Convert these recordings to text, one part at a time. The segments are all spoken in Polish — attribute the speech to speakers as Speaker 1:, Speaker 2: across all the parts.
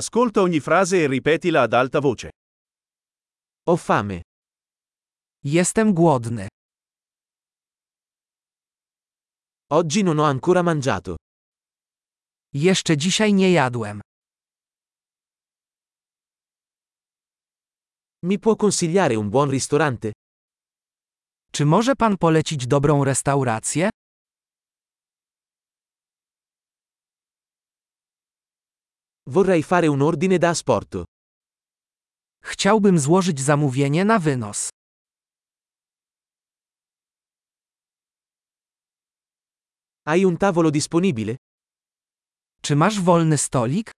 Speaker 1: Ascolta ogni frase e ripetila ad alta voce.
Speaker 2: Ho fame. Jestem głodny. Oggi non ho ancora mangiato. Jeszcze dzisiaj nie jadłem. Mi può consigliare un buon ristorante? Czy może pan polecić dobrą restaurację? Vorrei fare un ordine da asporto. Chciałbym złożyć zamówienie na wynos. Hai un tavolo disponibile? Czy masz wolny stolik?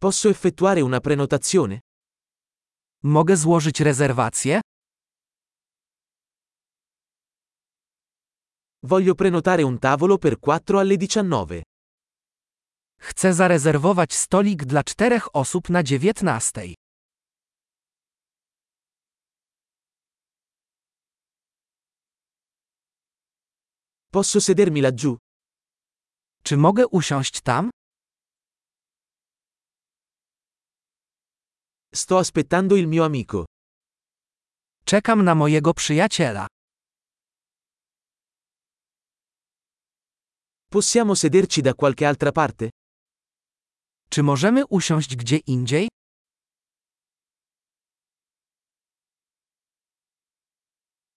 Speaker 2: Posso effettuare una prenotazione? Mogę złożyć rezerwację? Voglio prenotare un tavolo per 4 alle 19. Chcę zarezerwować stolik dla czterech osób na 19. Posso sedermi laggiù? Czy mogę usiąść tam? Sto aspettando il mio amico. Czekam na mojego przyjaciela. Possiamo sederci da qualche altra parte? Czy możemy usiąść gdzie indziej?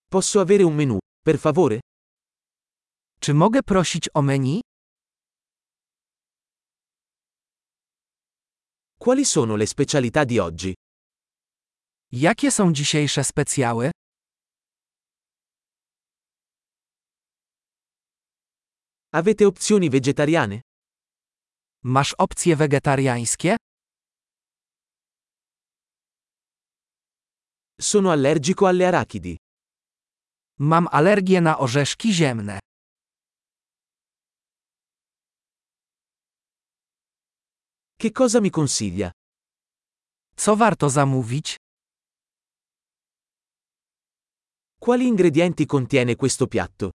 Speaker 2: Posso avere un menu, per favore? Czy mogę prosić o menu? Quali sono le specialità di oggi? Jakie są dzisiejsze specjały? Avete opzioni vegetariane? Masz opcje wegetariańskie? Sono allergico alle arachidi. Mam alergię na orzeszki ziemne. Che cosa mi consiglia? Co warto zamówić? Quali ingredienti contiene questo piatto?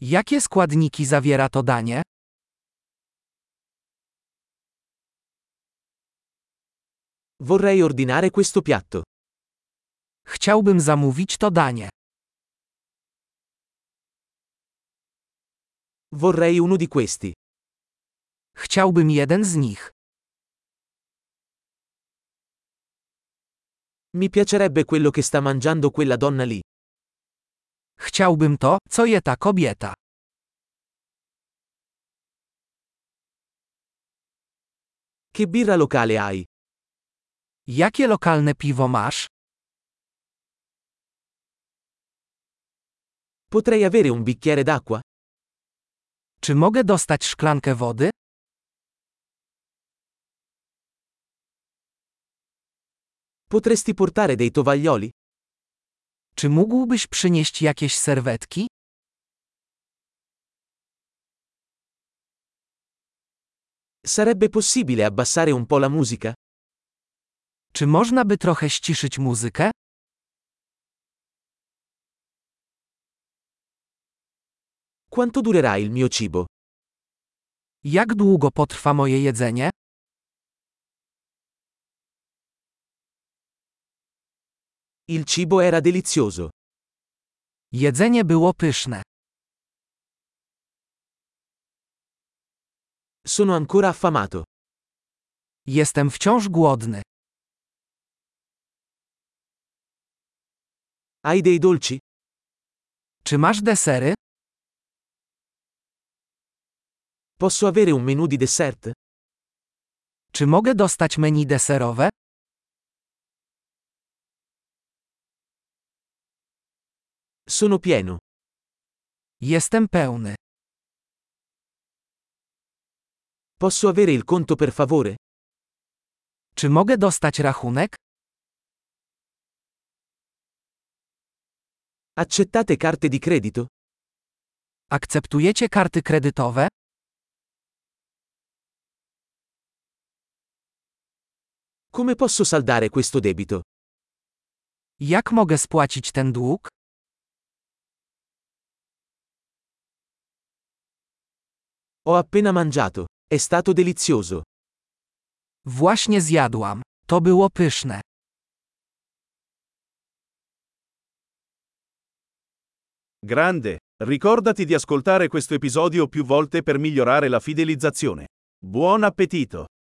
Speaker 2: Jakie składniki zawiera to danie? Vorrei ordinare questo piatto. Chciałbym zamówić to danie. Vorrei uno di questi. Chciałbym jeden z nich. Mi piacerebbe quello che sta mangiando quella donna lì. Chciałbym to, co je ta kobieta. Che birra locale hai? Jakie lokalne piwo masz? Potrei avere un bicchiere d'acqua? Czy mogę dostać szklankę wody? Potresti portare dei tovaglioli? Czy mógłbyś przynieść jakieś serwetki? Sarebbe possibile abbassare un po' la musica? Czy można by trochę ściszyć muzykę? Quanto durerà il mio cibo? Jak długo potrwa moje jedzenie? Il cibo era delizioso. Jedzenie było pyszne. Sono ancora affamato. Jestem wciąż głodny. Hai dei dolci? Czy masz desery? Posso avere un menu di dessert? Czy mogę dostać menu deserowe? Sono pieno. Jestem pełny. Posso avere il conto per favore? Czy mogę dostać rachunek? Accettate carte di credito? Akceptujecie karty kredytowe? Come posso saldare questo debito? Jak mogę spłacić ten dług? Ho appena mangiato. È stato delizioso.
Speaker 1: Właśnie zjadłam. To było pyszne.
Speaker 2: Grande. Ricordati di ascoltare questo episodio più volte per migliorare la fidelizzazione. Buon appetito!